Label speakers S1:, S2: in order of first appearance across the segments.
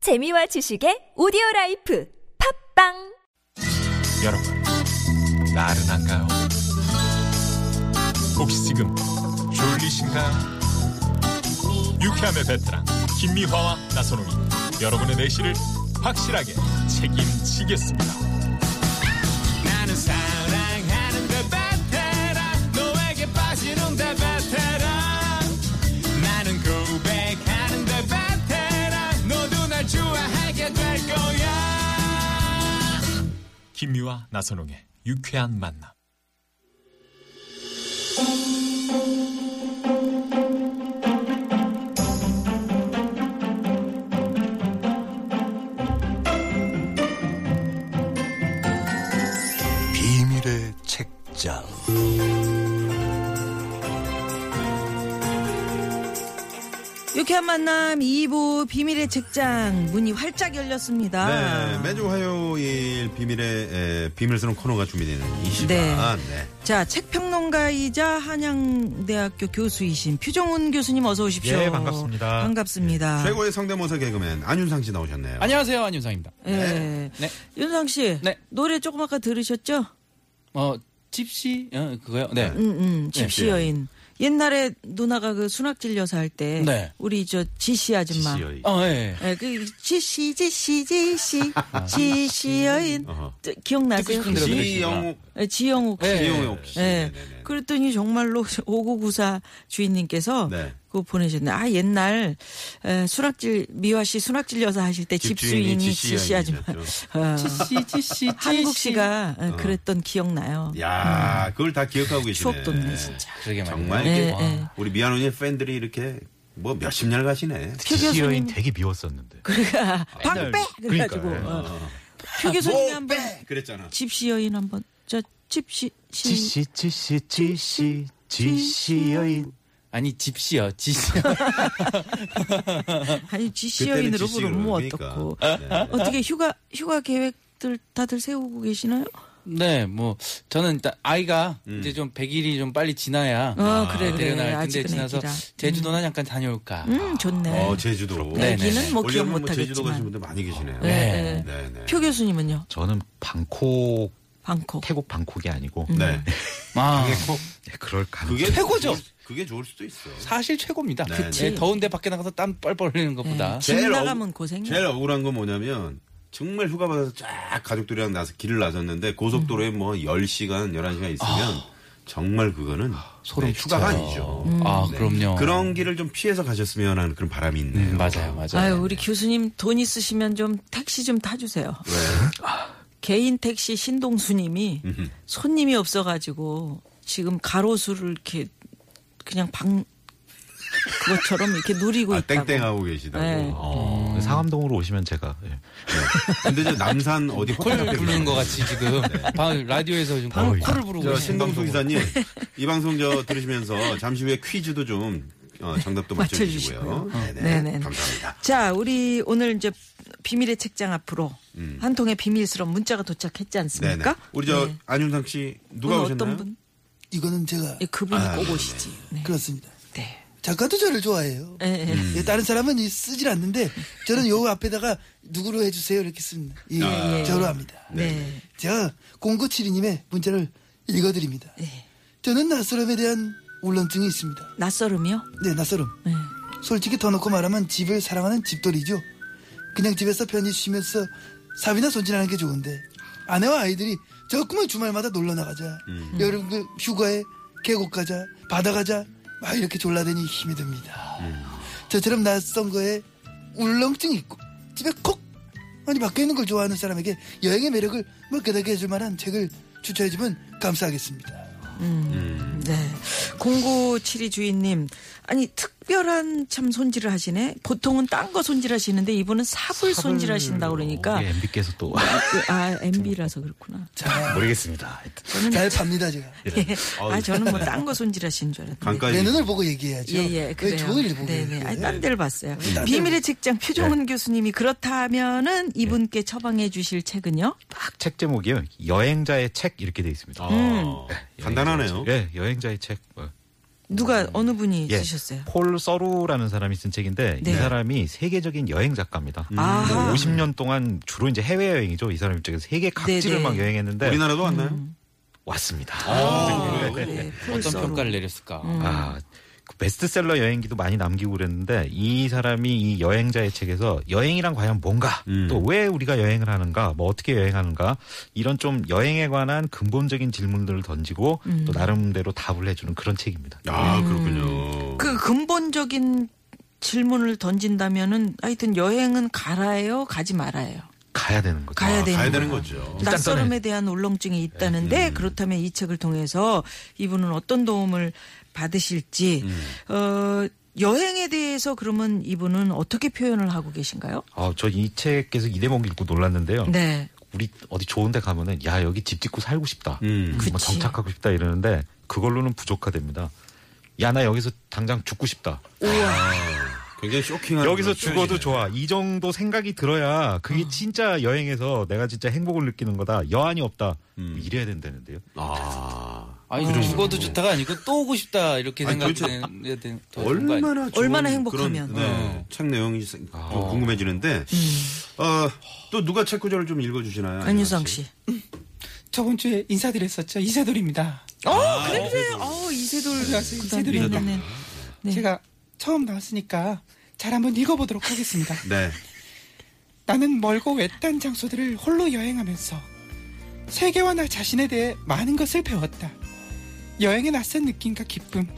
S1: 재미와 지식의 오디오 라이프 팝빵
S2: 여러분, 나른한가요? 혹시 지금 졸리신가요? 유쾌함의 베테랑 김미화와 나선홍이 여러분의 내실을 확실하게 책임지겠습니다.
S3: 나는 사랑하는데
S2: 그
S3: 베테랑 너에게 빠지는데 베테랑 나는
S2: 그
S3: 고백하는데 베테랑 너도 날 좋아하게 될 거야
S2: 김미화 나선홍의 유쾌한 만남.
S4: 비밀의 책장.
S5: 유쾌한 만남 2부 비밀의 책장 문이 활짝 열렸습니다.
S6: 네, 매주 화요일 비밀의 에, 비밀스러운 코너가 준비되는 이 시간.
S5: 네.
S6: 네.
S5: 자, 책평론가이자 한양대학교 교수이신 표정훈 교수님 어서 오십시오.
S7: 예, 반갑습니다.
S5: 반갑습니다.
S6: 예, 최고의 성대모사 개그맨 안윤상 씨 나오셨네요.
S3: 안녕하세요 안윤상입니다
S5: 예.
S3: 네.
S5: 윤상 씨.
S3: 네.
S5: 노래 조금 아까 들으셨죠?
S3: 어 집시 어, 그거요 네
S5: 음, 음. 집시
S6: 예.
S5: 여인. 옛날에 누나가 그 순학질 여사 할 때
S3: 네.
S5: 우리 저 지씨 아줌마.
S6: 지시여의.
S3: 어, 예.
S5: 예, 그 지씨 지씨 지씨 지씨 여인
S6: 아. 어허.
S5: 뜨- 기억나세요?
S3: 듣고 싶은 대로 들으시-
S6: 지영욱,
S5: 예, 지영욱 씨.
S3: 네.
S6: 지영욱 씨.
S5: 예.
S6: 네네네.
S5: 그랬더니 정말로 5994 주인님께서
S6: 네.
S5: 그거 보내셨네. 아, 옛날 에, 수락질 미화 씨 수락질 여사 하실 때
S6: 집주인이
S5: 집주인이
S6: 지시
S5: 지시하지만
S6: 아니셨죠?
S5: 어,
S3: 지시 지시
S5: 한국
S3: 지시.
S5: 씨가 어, 그랬던 기억나요.
S6: 야, 그걸 다 기억하고 예. 계시네.
S5: 추억 돋네 진짜.
S3: 그러게 말이에요.
S6: 정말
S5: 예,
S6: 이게
S5: 예.
S6: 와, 우리 미안원이 팬들이 이렇게 뭐 몇십 년 가시네.
S5: 표 교수님
S7: 되게 미웠었는데.
S5: 음. 그러니까 방빼 그래가지고
S7: 그러니까,
S5: 어. 표
S6: 뭐
S5: 교수님 한번
S6: 그랬잖아.
S5: 집시 여인 한번 저 집시 시
S7: 지시 지시 지시 지시 여인.
S3: 아니 집시요 지시요
S5: 아니 지시
S6: 그때는
S5: 여인으로
S6: 지시로
S5: 부르면 뭐
S6: 그러니까.
S5: 어떻고
S6: 네.
S5: 어떻게 휴가 휴가 계획들 다들 세우고 계시나요?
S3: 네, 뭐 저는 일단 아이가
S6: 음.
S3: 이제 좀 100일이 좀 빨리 지나야
S5: 어, 그래, 그래.
S3: 데려놔야 할 텐데
S5: 아직은
S3: 지나서
S5: 애기라.
S3: 제주도나 잠깐 다녀올까.
S5: 음 좋네.
S6: 어, 제주도.
S3: 네, 네.
S5: 애기는 뭐 기억
S6: 올려면 뭐 제주도
S5: 못하겠지만
S6: 가신 분들 많이 계시네요.
S5: 네.
S6: 네, 네.
S5: 표 교수님은요?
S7: 저는 방콕
S5: 방콕.
S7: 태국 방콕이 아니고 네,
S6: 네.
S3: 아,
S7: 그럴 가능.
S6: 그게
S3: 최고죠.
S6: 좋을- 그게 좋을 수도 있어.
S3: 사실 최고입니다.
S6: 네, 그치.
S3: 네, 더운데 밖에 나가서 땀 뻘뻘 흘리는 것보다.
S5: 집
S6: 제일
S5: 나가면
S6: 억-
S5: 고생이야.
S6: 제일 억울한 건 뭐냐면 정말 휴가 받아서 쫙 가족들이랑 나서 길을 나섰는데 고속도로에 뭐 10시간, 11시간 있으면 정말 그거는
S3: 아, 소름
S6: 네, 휴가가
S3: 끼쳐요.
S6: 아니죠.
S3: 아,
S6: 네.
S3: 그럼요.
S6: 그런 길을 좀 피해서 가셨으면 하는 그런 바람이 있네요.
S3: 음, 맞아요, 맞아요.
S5: 아유 우리 교수님 돈 있으시면 좀 택시 좀 타주세요.
S6: 왜?
S5: 개인 택시 신동수님이 손님이 없어가지고 지금 가로수를 이렇게 그냥 방 그것처럼 이렇게 누리고
S6: 아,
S5: 있다고.
S6: 땡땡하고 계시다고.
S5: 네.
S7: 그
S6: 어.
S7: 음. 상암동으로 오시면 제가 예.
S6: 근데 저 남산 어디
S3: 콜
S6: 호텔 앞에
S3: 부르는 것 같이 지금 방 라디오에서 지금 콜, 콜을 부르고
S6: 네. 저
S3: 계시는
S6: 신동수
S3: 방송으로.
S6: 기사님 이 방송 저 들으시면서 잠시 후에 퀴즈도 좀 어, 정답도 맞춰주시고요. 네네.
S5: 네네.
S6: 감사합니다.
S5: 자 우리 오늘 이제 비밀의 책장 앞으로 한 통의 비밀스러운 문자가 도착했지
S6: 음. 네네.
S5: 않습니까?
S6: 우리 저
S5: 네.
S6: 안윤상 씨 누가
S5: 오늘
S6: 오셨나요? 아,
S5: 어떤 분?
S8: 이거는 제가
S5: 예, 그분이 꼭 오시지. 네.
S8: 그렇습니다.
S5: 네.
S8: 작가도 저를 좋아해요.
S5: 예, 예.
S8: 예, 다른 사람은 이 쓰질 않는데 저는 요 앞에다가 누구로 해주세요 이렇게 씁니다. 예, 저로 합니다.
S5: 네.
S8: 제가 0972님의 문자를 읽어드립니다.
S5: 예.
S8: 저는 낯설음에 대한 울렁증이 있습니다.
S5: 낯설음이요?
S8: 네, 낯설음.
S5: 네.
S8: 솔직히 더 놓고 말하면 집을 사랑하는 집돌이죠. 그냥 집에서 편히 쉬면서 삽이나 손질하는 게 좋은데 아내와 아이들이 자꾸만 주말마다 놀러 나가자. 여름 그 휴가에 계곡 가자, 바다 가자 막 이렇게 졸라대니 힘이 듭니다. 저처럼 낯선 거에 울렁증이 있고 집에 콕 아니 밖에 있는 걸 좋아하는 사람에게 여행의 매력을 뭐 깨닫게 해줄 만한 책을 추천해주면 감사하겠습니다.
S5: 네. 0972 주인님. 아니, 특별한 참 손질을 하시네? 보통은 딴 거 손질하시는데 이분은 삽을 손질하신다 그러니까.
S7: 우리 MB께서 또
S5: 아, MB라서 그렇구나.
S8: 자,
S7: 모르겠습니다. 하여튼.
S8: 잘 팝니다 제가.
S5: 예. 아, 저는 뭐 딴 거 손질하시는 줄 알았는데.
S6: 강까지
S8: 내 눈을 보고 얘기해야죠.
S5: 네. 예, 예,
S8: 왜
S5: 그래요.
S8: 저를 보고
S5: 네네.
S8: 얘기해?
S5: 아니, 딴 데를 봤어요.
S8: 데를
S5: 비밀의 책장 표정은 교수님이 그렇다면은 이분께 처방해 주실 책은요?
S7: 딱 책 제목이요.
S5: 음.
S7: 여행자의 책 이렇게 돼 있습니다.
S5: 예, 그렇죠.
S6: 아, 음. 간단하네요.
S7: 예, 여행자의 책. 어.
S5: 누가 어느 분이
S7: 예.
S5: 쓰셨어요?
S7: 폴 서루라는 사람이 쓴 책인데
S5: 네. 음.
S7: 이 사람이 세계적인 여행 작가입니다.
S5: 아하.
S7: 50년 동안 주로 이제 해외 여행이죠. 이 사람 입장에서 세계 각지를
S5: 네네.
S7: 막
S5: 예.
S7: 여행했는데
S6: 우리나라도 아. 왔나요?
S5: 음.
S7: 왔습니다.
S5: 네,
S3: 어떤
S5: 폴서로.
S3: 평가를 내렸을까?
S5: 음.
S7: 아, 그 베스트셀러 여행기도 많이 남기고 그랬는데 이 사람이 이 여행자의 책에서 여행이란 과연 뭔가
S6: 음.
S7: 또 왜 우리가 여행을 하는가 뭐 어떻게 여행하는가 이런 좀 여행에 관한 근본적인 질문들을 던지고
S5: 음.
S7: 또 나름대로 답을 해주는 그런 책입니다.
S6: 아 그렇군요.
S5: 그 근본적인 질문을 던진다면은 하여튼 여행은 가라예요, 가지 말아요.
S7: 가야 되는 거죠.
S5: 가야 되는
S6: 아, 가야 되는
S5: 거죠.
S6: 거죠.
S7: 일단
S5: 낯설음에
S7: 떠나야지.
S5: 대한 울렁증이 있다는데 그렇다면 이 책을 통해서 이분은 어떤 도움을 받으실지 어 여행에 대해서 그러면 이분은 어떻게 표현을 하고 계신가요?
S7: 아, 저 이 책에서 이 대목 읽고 놀랐는데요.
S5: 네.
S7: 우리 어디 좋은데 가면은 야 여기 집 짓고 살고 싶다,
S6: 음.
S7: 뭐
S5: 그치.
S7: 정착하고 싶다 이러는데 그걸로는 부족화됩니다. 야 나 여기서 당장 죽고 싶다.
S6: 굉장히 쇼킹한
S7: 여기서
S6: 예.
S7: 죽어도 좋아. 이 정도 생각이 들어야 그게
S6: 아.
S7: 진짜 여행에서 내가 진짜 행복을 느끼는 거다. 여한이 없다.
S6: 음.
S7: 뭐 이래야 된다는데요.
S6: 아
S3: 아니 죽어도 좋다가 아니고 또 오고 싶다 이렇게
S6: 아니, 도대체
S3: 생각되는 되- 더 좋은 거 아니에요?
S6: 얼마나 좋은
S5: 얼마나 행복하면. 음. 아.
S6: 그런, 네, 책 내용이 사- 좀 궁금해지는데 어, 또 누가 책 구절을 좀 읽어주시나요?
S5: 안유성 씨.
S3: 저번 주에 인사드렸었죠 이세돌입니다.
S5: 어, 그래 그래. 어, 이세돌
S3: 그래서
S5: 그다음에
S3: 이세돌이
S5: 네.
S9: 제가 처음 나왔으니까 잘 한번 읽어보도록 하겠습니다.
S6: 네.
S9: 나는 멀고 외딴 장소들을 홀로 여행하면서 세계와 나 자신에 대해 많은 것을 배웠다. 여행의 낯선 느낌과 기쁨,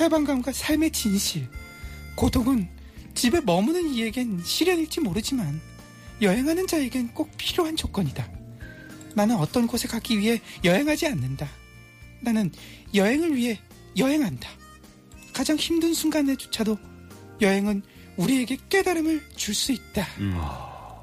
S9: 해방감과 삶의 진실, 고독은 집에 머무는 이에겐 시련일지 모르지만 여행하는 자에겐 꼭 필요한 조건이다. 나는 어떤 곳에 가기 위해 여행하지 않는다. 나는 여행을 위해 여행한다. 가장 힘든 순간에조차도 여행은 우리에게 깨달음을 줄 수 있다.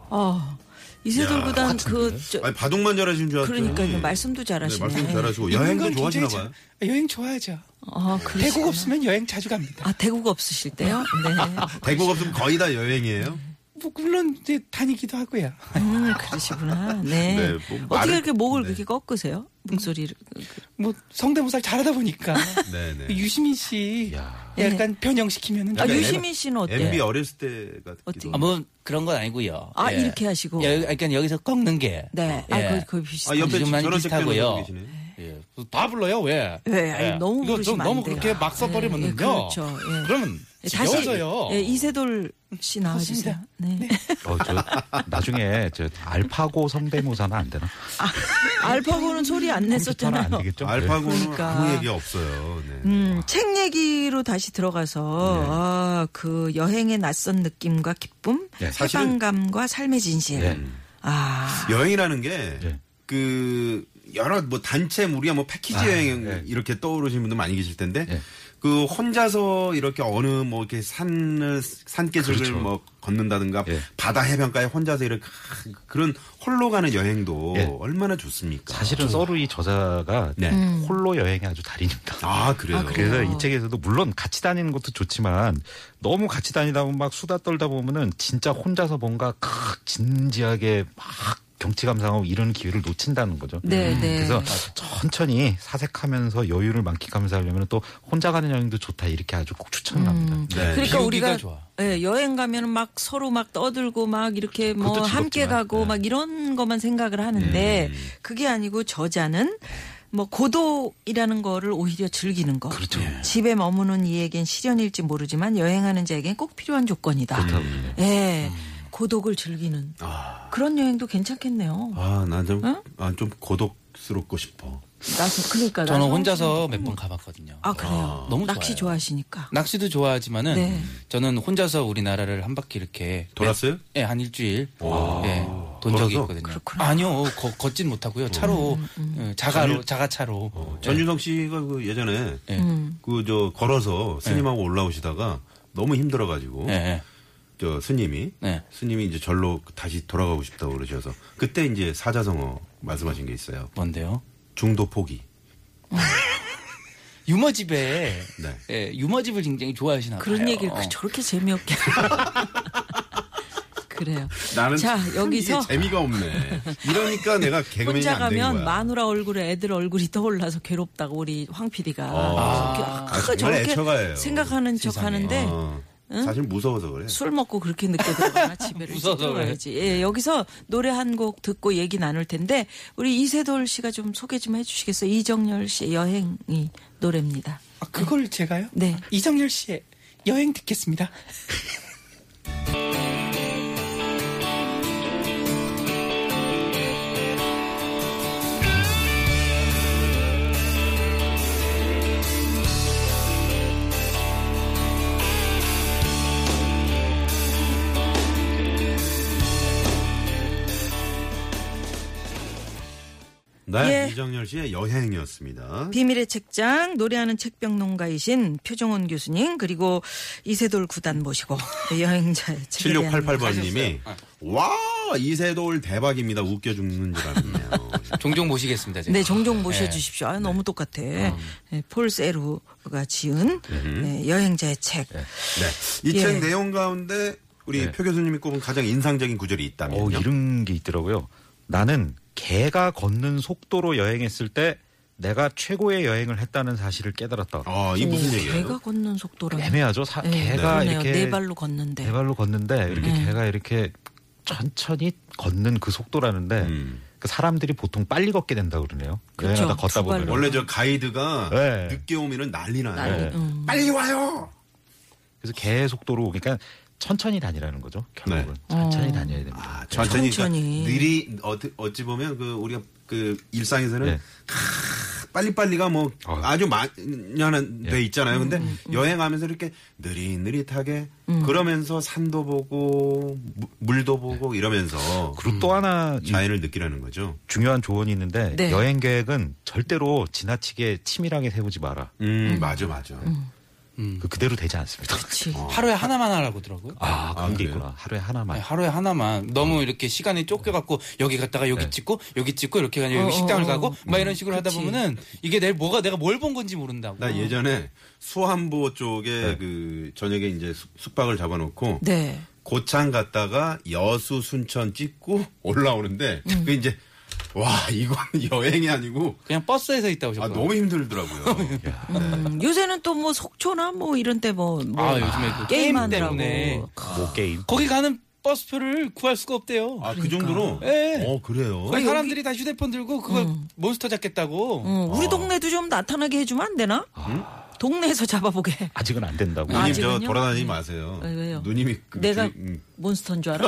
S5: 어. 이세돌 구단 그저
S6: 아니 바둑만 잘하시는 줄 알았더니
S5: 그러니까 이거 말씀도
S6: 네,
S5: 잘하시네.
S6: 말씀 잘하시고
S9: 있는
S6: 여행도
S9: 건
S6: 좋아하시나
S9: 굉장히
S6: 봐요.
S9: 자- 여행 좋아하죠.
S5: 어, 그러시구나.
S9: 대국 없으면 여행 자주 갑니다.
S5: 아, 대국 없으실 때요? 네.
S6: 대국 없으면 거의 다 여행이에요.
S9: 뭐 물론 이제 다니기도 하고요.
S5: 음, 그러시구나. 네.
S6: 네, 뭐
S5: 어떻게
S6: 말을-
S5: 이렇게 목을 그렇게 꺾으세요? 목소리를. 그,
S9: 뭐 성대모사를 잘하다 보니까 그
S6: 네네.
S9: 유시민 씨 약간 변형시키면은
S5: 아,
S6: 약간
S5: 유시민 씨는 어때요?
S6: MB 어렸을 때 같기도.
S5: 어떻게-
S3: 아, 뭐 그런 건 아니고요.
S5: 아, 이렇게 하시고.
S3: 여, 그러니까 여기서 꺾는 게.
S5: 네.
S3: 예.
S5: 아, 거의, 거의 비슷한.
S6: 아 옆에
S3: 지금 많이
S6: 저런 책 때문에
S3: 비슷하고요.
S6: 그러고 계시네.
S3: 예. 다 불러요 왜? 예.
S5: 네, 아니, 너무
S3: 이거 좀
S5: 부르시면
S3: 너무
S5: 안 돼요.
S3: 그렇게 막
S5: 예,
S3: 써버리면요.
S5: 예, 그렇죠. 예.
S3: 그러면
S5: 예, 다시
S3: 지겨워져요.
S5: 예, 이세돌 씨 나와주세요.
S9: 좋습니다.
S5: 네.
S7: 어, 저 나중에 저 알파고 성대모사는 안 되나?
S5: 알파고는 소리 안
S7: 컴퓨터는
S5: 냈었잖아요.
S7: 안 되겠죠? 예.
S6: 알파고는
S5: 그러니까.
S6: 아무 얘기 없어요. 네.
S5: 음, 책 얘기로 다시 들어가서 아, 그 여행의 낯선 느낌과 기쁨,
S7: 예,
S6: 사실은-
S5: 해방감과 삶의 진실.
S7: 예.
S5: 아,
S6: 여행이라는 게
S7: 예.
S6: 그 여러 뭐 단체 우리가 뭐 패키지 여행 이렇게 떠오르시는 분들 많이 계실 텐데
S7: 예.
S6: 그 혼자서 이렇게 어느 뭐 이렇게 산을 산계절을
S7: 그렇죠.
S6: 뭐 걷는다든가
S7: 예.
S6: 바다 해변가에 혼자서 이렇게 크- 그런 홀로 가는 여행도
S7: 예.
S6: 얼마나 좋습니까?
S7: 사실은 서루이 저자가
S6: 아, 네.
S7: 홀로 여행의 아주 달인입니다.
S6: 아 그래요.
S5: 아, 그래요?
S7: 그래서 이 책에서도 물론 같이 다니는 것도 좋지만 너무 같이 다니다 보면 막 수다 떨다 보면은 진짜 혼자서 뭔가 크- 진지하게 막 경치 감상하고 이런 기회를 놓친다는 거죠.
S5: 네, 네.
S7: 그래서 천천히 사색하면서 여유를 만끽하면서 하려면 또 혼자 가는 여행도 좋다 이렇게 아주 꼭 추천합니다.
S6: 네.
S5: 그러니까
S3: 비우기가
S5: 우리가
S3: 좋아.
S5: 예, 여행 가면 막 서로 막 떠들고 막 이렇게 뭐
S7: 그것도
S5: 함께
S7: 즐겁지만,
S5: 가고
S7: 네.
S5: 막 이런 것만 생각을 하는데
S3: 음.
S5: 그게 아니고 저자는 뭐 고독이라는 거를 오히려 즐기는 거.
S3: 그렇죠.
S5: 예. 집에 머무는 이에겐 시련일지 모르지만 여행하는 자에겐 꼭 필요한 조건이다.
S3: 그렇죠.
S5: 예.
S3: 음.
S5: 고독을 즐기는
S3: 아.
S5: 그런 여행도 괜찮겠네요.
S6: 아난좀아좀 고독스럽고 싶어.
S5: 나서 그러니까
S3: 저는
S5: 나서-
S3: 혼자서 몇 번 가봤거든요.
S5: 아 그래요.
S3: 아, 너무
S5: 낚시
S3: 좋아요.
S5: 좋아하시니까.
S3: 낚시도 좋아하지만은
S5: 네.
S3: 저는 혼자서 우리나라를 한 바퀴 이렇게
S6: 돌았어요?
S3: 매- 예, 한 일주일 예, 돈 적이
S6: 걸어서?
S3: 있거든요. 아니요, 거- 걷진 못하고요. 차로
S5: 음,
S3: 예, 자가로 자가차로
S6: 어, 전준성 씨가 그 예전에
S3: 예,
S5: 음.
S6: 그 저 걸어서 스님하고 올라오시다가 너무 힘들어가지고
S3: 예, 예.
S6: 저 스님이
S3: 네.
S6: 스님이 이제 절로 다시 돌아가고 싶다고 그러셔서 그때 이제 사자성어 말씀하신 게 있어요.
S3: 뭔데요?
S6: 중도 포기.
S3: 유머집에
S6: 네.
S3: 예, 유머집을 굉장히 좋아하시나 봐요.
S5: 그런 얘기를 그 저렇게 재미없게. 그래요.
S6: 나는
S5: 자,
S6: 참
S5: 여기서
S6: 이게 재미가 없네. 이러니까 내가 개그맨이
S5: 혼자
S6: 안 된 거야.
S5: 가면 마누라 얼굴에 애들 얼굴이 떠올라서 괴롭다고 우리 황 PD가
S6: 아.
S5: 그렇게 아,
S6: 정말
S5: 저렇게
S6: 애처가예요.
S5: 생각하는 척 하는데
S6: 어, 사실 무서워서 그래.
S5: 술 먹고 그렇게 늦게 들어가나 집에를
S3: 무서워서
S5: 일찍 들어가야지.
S6: 네.
S5: 예, 여기서 노래 한 곡 듣고 얘기 나눌 텐데 우리 이세돌 씨가 좀 소개 좀 해주시겠어요? 이정열 씨의 여행이 노래입니다.
S9: 아, 그걸 제가요?
S5: 네.
S9: 이정열 씨의 여행 듣겠습니다.
S6: 네,
S5: 예.
S6: 이정열 씨의 여행이었습니다.
S5: 비밀의 책장 노래하는 책병농가이신 표정원 교수님 그리고 이세돌 구단 모시고 여행자의 책에 대한
S6: 7688번 님이 와, 이세돌 대박입니다. 웃겨 죽는 줄 알았네요.
S3: 종종 모시겠습니다. 제가.
S5: 네, 종종 모셔주십시오. 아, 너무 똑같아. 네, 폴 세루가 지은 네, 여행자의 책.
S6: 네. 이
S5: 예.
S6: 책 내용 가운데 우리 표 교수님이 꼽은 가장 인상적인 구절이 있다면.
S7: 어, 이런 게 있더라고요. 나는 개가 걷는 속도로 여행했을 때 내가 최고의 여행을 했다는 사실을 깨달았다.
S6: 아, 이 무슨
S5: 개가
S6: 얘기예요?
S5: 네, 걷는 속도라는.
S7: 애매하죠. 사-
S5: 어. 네,
S7: 개가
S5: 그러네요.
S7: 이렇게
S5: 네 발로 걷는데.
S7: 네 발로 걷는데 이렇게 개가 이렇게 천천히 걷는 그 속도라는데
S6: 음.
S7: 그 사람들이 보통 빨리 걷게 된다 그러네요.
S5: 그렇죠.
S7: 여행하다 걷다
S5: 두
S7: 보면
S5: 발로.
S6: 원래 저 가이드가
S7: 네.
S6: 늦게 오면은 난리 나요.
S5: 난리, 음.
S6: 빨리 와요.
S7: 그래서 개 속도로 그러니까 천천히 다니라는 거죠. 결국은
S6: 네.
S7: 천천히
S5: 어.
S7: 다녀야 됩니다. 네.
S6: 아, 천천히.
S5: 천천히.
S6: 그러니까 느리 어찌, 어찌 보면 그 우리가 그 일상에서는
S7: 네.
S6: 캬, 빨리빨리가 뭐
S7: 어.
S6: 아주 많이는 돼 있잖아요. 근데 여행하면서 이렇게 느릿느릿하게 그러면서 산도 보고 무- 물도 보고 이러면서
S7: 그리고 음. 또 하나 이
S6: 음. 자연을 느끼라는 거죠.
S7: 중요한 조언이 있는데
S5: 네.
S7: 여행 계획은 절대로 지나치게 치밀하게 세우지 마라.
S6: 음, 맞아 맞아.
S7: 그 그대로 되지 않습니다.
S5: 그치.
S3: 하루에 하나만 하라고 하더라고요.
S7: 아, 그런
S6: 음. 아,
S7: 게
S6: 그래요?
S7: 있구나. 하루에 하나만.
S3: 네, 하루에 하나만 너무 이렇게 시간이 쫓겨갖고 여기 갔다가 여기 찍고 여기 찍고 이렇게 가니 여기
S5: 어,
S3: 식당을
S5: 어,
S3: 가고
S5: 어.
S3: 막 이런 식으로 하다
S5: 그치.
S3: 보면은 이게 내일 뭐가 내가 뭘 본 건지 모른다고.
S5: 어.
S6: 나 예전에 수안보 쪽에 그 저녁에 이제 숙- 숙박을 잡아놓고
S5: 네.
S6: 고창 갔다가 여수 순천 찍고 올라오는데
S5: 음.
S6: 그 이제 와 이건 여행이 아니고
S3: 그냥 버스에서 있다
S6: 아
S5: 그러니까.
S3: 오셨고.
S6: 너무 힘들더라고요.
S5: 음, 요새는 또 뭐 속초나 뭐 이런 때 뭐, 뭐
S3: 아, 요즘에 그 게임
S5: 게임하느라고.
S3: 때문에.
S7: 뭐 게임.
S3: 거기 가는 버스표를 구할 수가 없대요.
S6: 아
S5: 그러니까.
S6: 그 정도로?
S3: 예.
S6: 어 그래요.
S3: 거기 사람들이 다 휴대폰 들고 그걸 몬스터 잡겠다고.
S5: 음, 우리 동네도 좀 나타나게 해주면 안 되나? 동네에서 잡아보게.
S7: 아직은 안 된다고.
S6: 누님 저
S5: 아직은요?
S6: 돌아다니지 마세요.
S5: 네, 왜요?
S6: 누님이 그
S5: 내가
S6: 줄- 음.
S5: 몬스터인 줄 알아?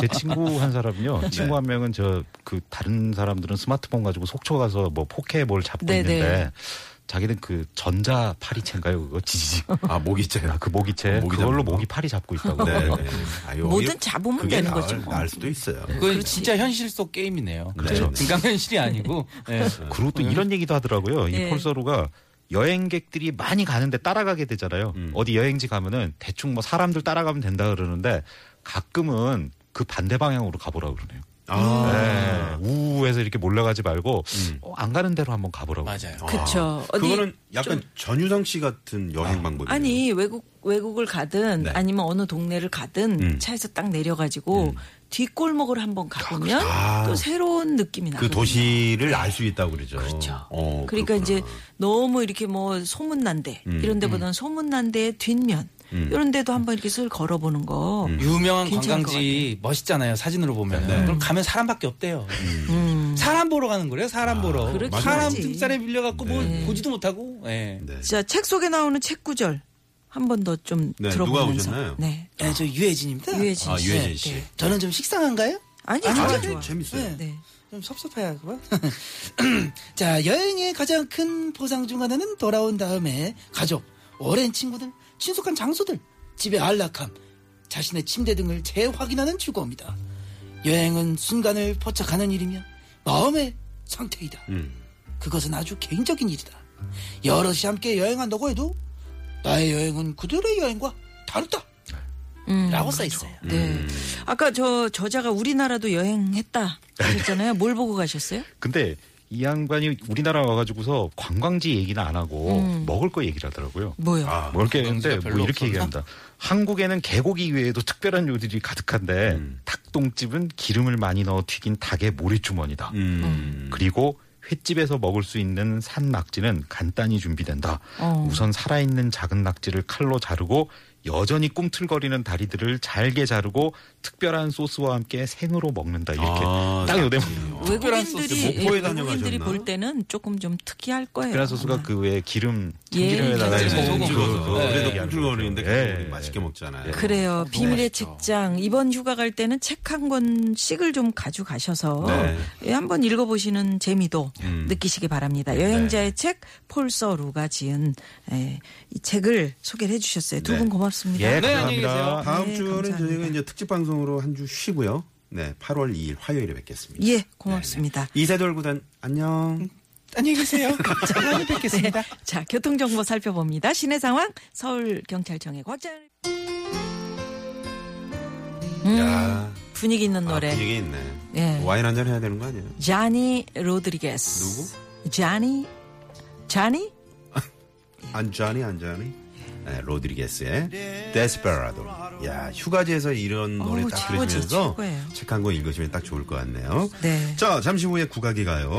S7: 제 친구 한
S6: 네.
S7: 사람은요. 친구 한 명은 저 그 다른 사람들은 스마트폰 가지고 속초 가서 뭐 포켓 뭘 잡고
S5: 네, 네.
S7: 있는데 자기는 그 전자 파리채인가요? 그거 지지직.
S6: 아 모기채요.
S7: 아, 그 모기채
S6: 모기
S7: 그걸로
S6: 잡는 거?
S7: 모기 파리 잡고 있다고.
S6: 네. 네. 아유,
S5: 그 뭐든 잡으면
S6: 그게
S5: 되는
S6: 나을-
S5: 거지 뭐.
S6: 나을 수도 있어요.
S3: 그건 진짜 현실 속 게임이네요.
S6: 그렇죠.
S3: 금강현실이 아니고. 예.
S7: 그리고 또 이런 얘기도 하더라고요.
S5: 네.
S7: 이 폴서루가 여행객들이 많이 가는데 따라가게 되잖아요. 어디 여행지 가면은 대충 뭐 사람들 따라가면 된다 그러는데 가끔은 그 반대 방향으로 가보라 그러네요.
S6: 아,
S7: 네. 우우해서 이렇게 몰려가지 말고 어, 안 가는 대로 한번 가보라고.
S3: 맞아요.
S5: 그쵸. 어디
S6: 그거는 약간 전유성 씨 같은 여행 방법이에요.
S5: 아니 외국 외국을 가든
S6: 네. 음.
S5: 아니면 어느 동네를 가든 차에서 딱 내려가지고 뒷골목을 한번 가보면
S6: 아.
S5: 또 새로운 느낌이 나요.
S6: 그 도시를 알 수 있다고 그러죠.
S5: 그렇죠.
S6: 어,
S5: 그러니까
S6: 그렇구나. 음,
S5: 이제 너무 이렇게 뭐 소문난데 이런 데보다는 소문난데의 뒷면 이런 데도 한번 이렇게 슬 걸어보는 거.
S6: 음.
S3: 유명한
S5: 괜찮을
S3: 관광지 멋있잖아요. 사진으로 보면. 그럼 가면 사람밖에 없대요. 사람 보러 가는 거래요. 사람 보러.
S5: 음. 그렇긴
S3: 사람
S5: 하지.
S3: 등산에 밀려갖고 뭐 보지도 못하고. 예.
S6: 네.
S5: 자, 책 속에 나오는 책 구절 한 번 더 좀
S6: 네,
S5: 들어보면서.
S6: 누가 오셨나요?
S5: 네.
S9: 네, 저 유해진입니다.
S5: 유해진
S6: 아,
S5: 씨.
S6: 유해진 씨.
S5: 네.
S9: 저는 좀 식상한가요?
S5: 아니,
S9: 아니,
S5: 좋아,
S9: 아니,
S5: 좋아.
S6: 재밌어요.
S5: 네.
S9: 좀 섭섭해하고요. 자, 여행의 가장 큰 보상 중 하나는 돌아온 다음에 가족, 오랜 친구들, 친숙한 장소들, 집의 안락함, 자신의 침대 등을 재확인하는 즐거움이다. 여행은 순간을 포착하는 일이며 마음의 상태이다. 그것은 아주 개인적인 일이다. 여럿이 함께 여행한다고 해도 나의 여행은 그들의 여행과 다르다. 라고 써 있어요.
S5: 네.
S6: 음.
S5: 아까 저 저자가 우리나라도 여행했다 그랬잖아요. 뭘 보고 가셨어요?
S7: 근데 이 양반이 우리나라 와가지고서 관광지 얘기는 안 하고
S5: 음.
S7: 먹을 거 얘기를 하더라고요.
S5: 뭐요?
S6: 아,
S7: 먹을 게 있는데
S3: 관광지가
S7: 뭐
S3: 별로
S7: 이렇게
S3: 없었나?
S7: 얘기합니다. 한국에는 개고기 이외에도 특별한 요리들이 가득한데
S6: 음.
S7: 닭똥집은 기름을 많이 넣어 튀긴 닭의 모래주머니다.
S6: 음.
S7: 그리고 횟집에서 먹을 수 있는 산 낙지는 간단히 준비된다.
S5: 어.
S7: 우선 살아있는 작은 낙지를 칼로 자르고 여전히 꿈틀거리는 다리들을 잘게 자르고 특별한 소스와 함께 생으로 먹는다. 이렇게
S6: 아,
S7: 딱 요대만
S3: 네.
S6: 특별한 소스,
S5: 외국인들이
S6: 목포에
S5: 예, 외국인들이
S6: 다녀가셨나?
S5: 볼 때는 조금 좀 특이할 거예요.
S7: 특별한 소스가
S5: 아마.
S7: 그 외에 기름
S5: 예, 네,
S7: 참기름에다가
S6: 네,
S7: 이제
S6: 소금
S3: 소금.
S6: 찍어서.
S3: 네.
S6: 그래도 꿈틀거리는데
S7: 네.
S6: 우리 맛있게 먹잖아요. 네.
S5: 그래요.
S6: 어,
S5: 비밀의
S4: 맛있죠.
S5: 직장 이번 휴가 갈 때는 책 한 권씩을 좀 가져가셔서
S6: 네.
S5: 예, 한번 읽어보시는 재미도
S6: 음.
S5: 느끼시기 바랍니다.
S7: 네.
S5: 여행자의 책 폴서루가 지은 예, 이 책을 소개를 해주셨어요. 두
S6: 네.
S5: 분 고맙습니다.
S7: 예,
S3: 네, 안녕히
S7: 감사합니다.
S6: 다음
S5: 네,
S6: 주는
S5: 감사합니다.
S6: 저희가 이제 특집 방송으로 한 주 쉬고요. 네, 8월 2일 화요일에 뵙겠습니다. 네.
S5: 예, 고맙습니다.
S6: 이세돌 구단 안녕.
S9: 안녕히 계세요. 다음에 뵙겠습니다.
S5: 자, 교통정보 살펴봅니다. 시내 상황 서울경찰청의 곽자연. 음,
S6: 야,
S5: 분위기 있는 노래.
S6: 아, 분위기 있네.
S5: 예.
S6: 와인 한잔 해야 되는 거 아니에요?
S5: 자니 로드리게스. 누구? 자니? 자니?
S6: 안자니 안자니. 네, 로드리게스의 데스페라도. 야, 휴가지에서 이런 노래
S5: 어우,
S6: 딱
S5: 최고지,
S6: 들으시면서
S5: 최고예요.
S6: 책 한 권 읽으시면 딱 좋을 것 같네요.
S5: 네.
S6: 자, 잠시 후에 국악이 가요.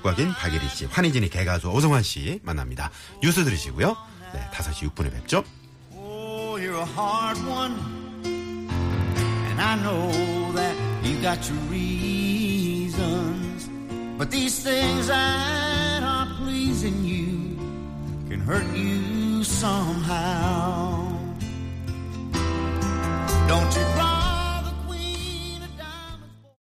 S6: 국악인 박예리 씨, 환희진이 개가수 오성환 씨 만납니다. 뉴스 들으시고요. 네, 5시 6분에 뵙죠.
S10: Oh, you're a hard one. And I know that you got your reasons. But these things that aren't pleasing you can hurt you somehow. Don't you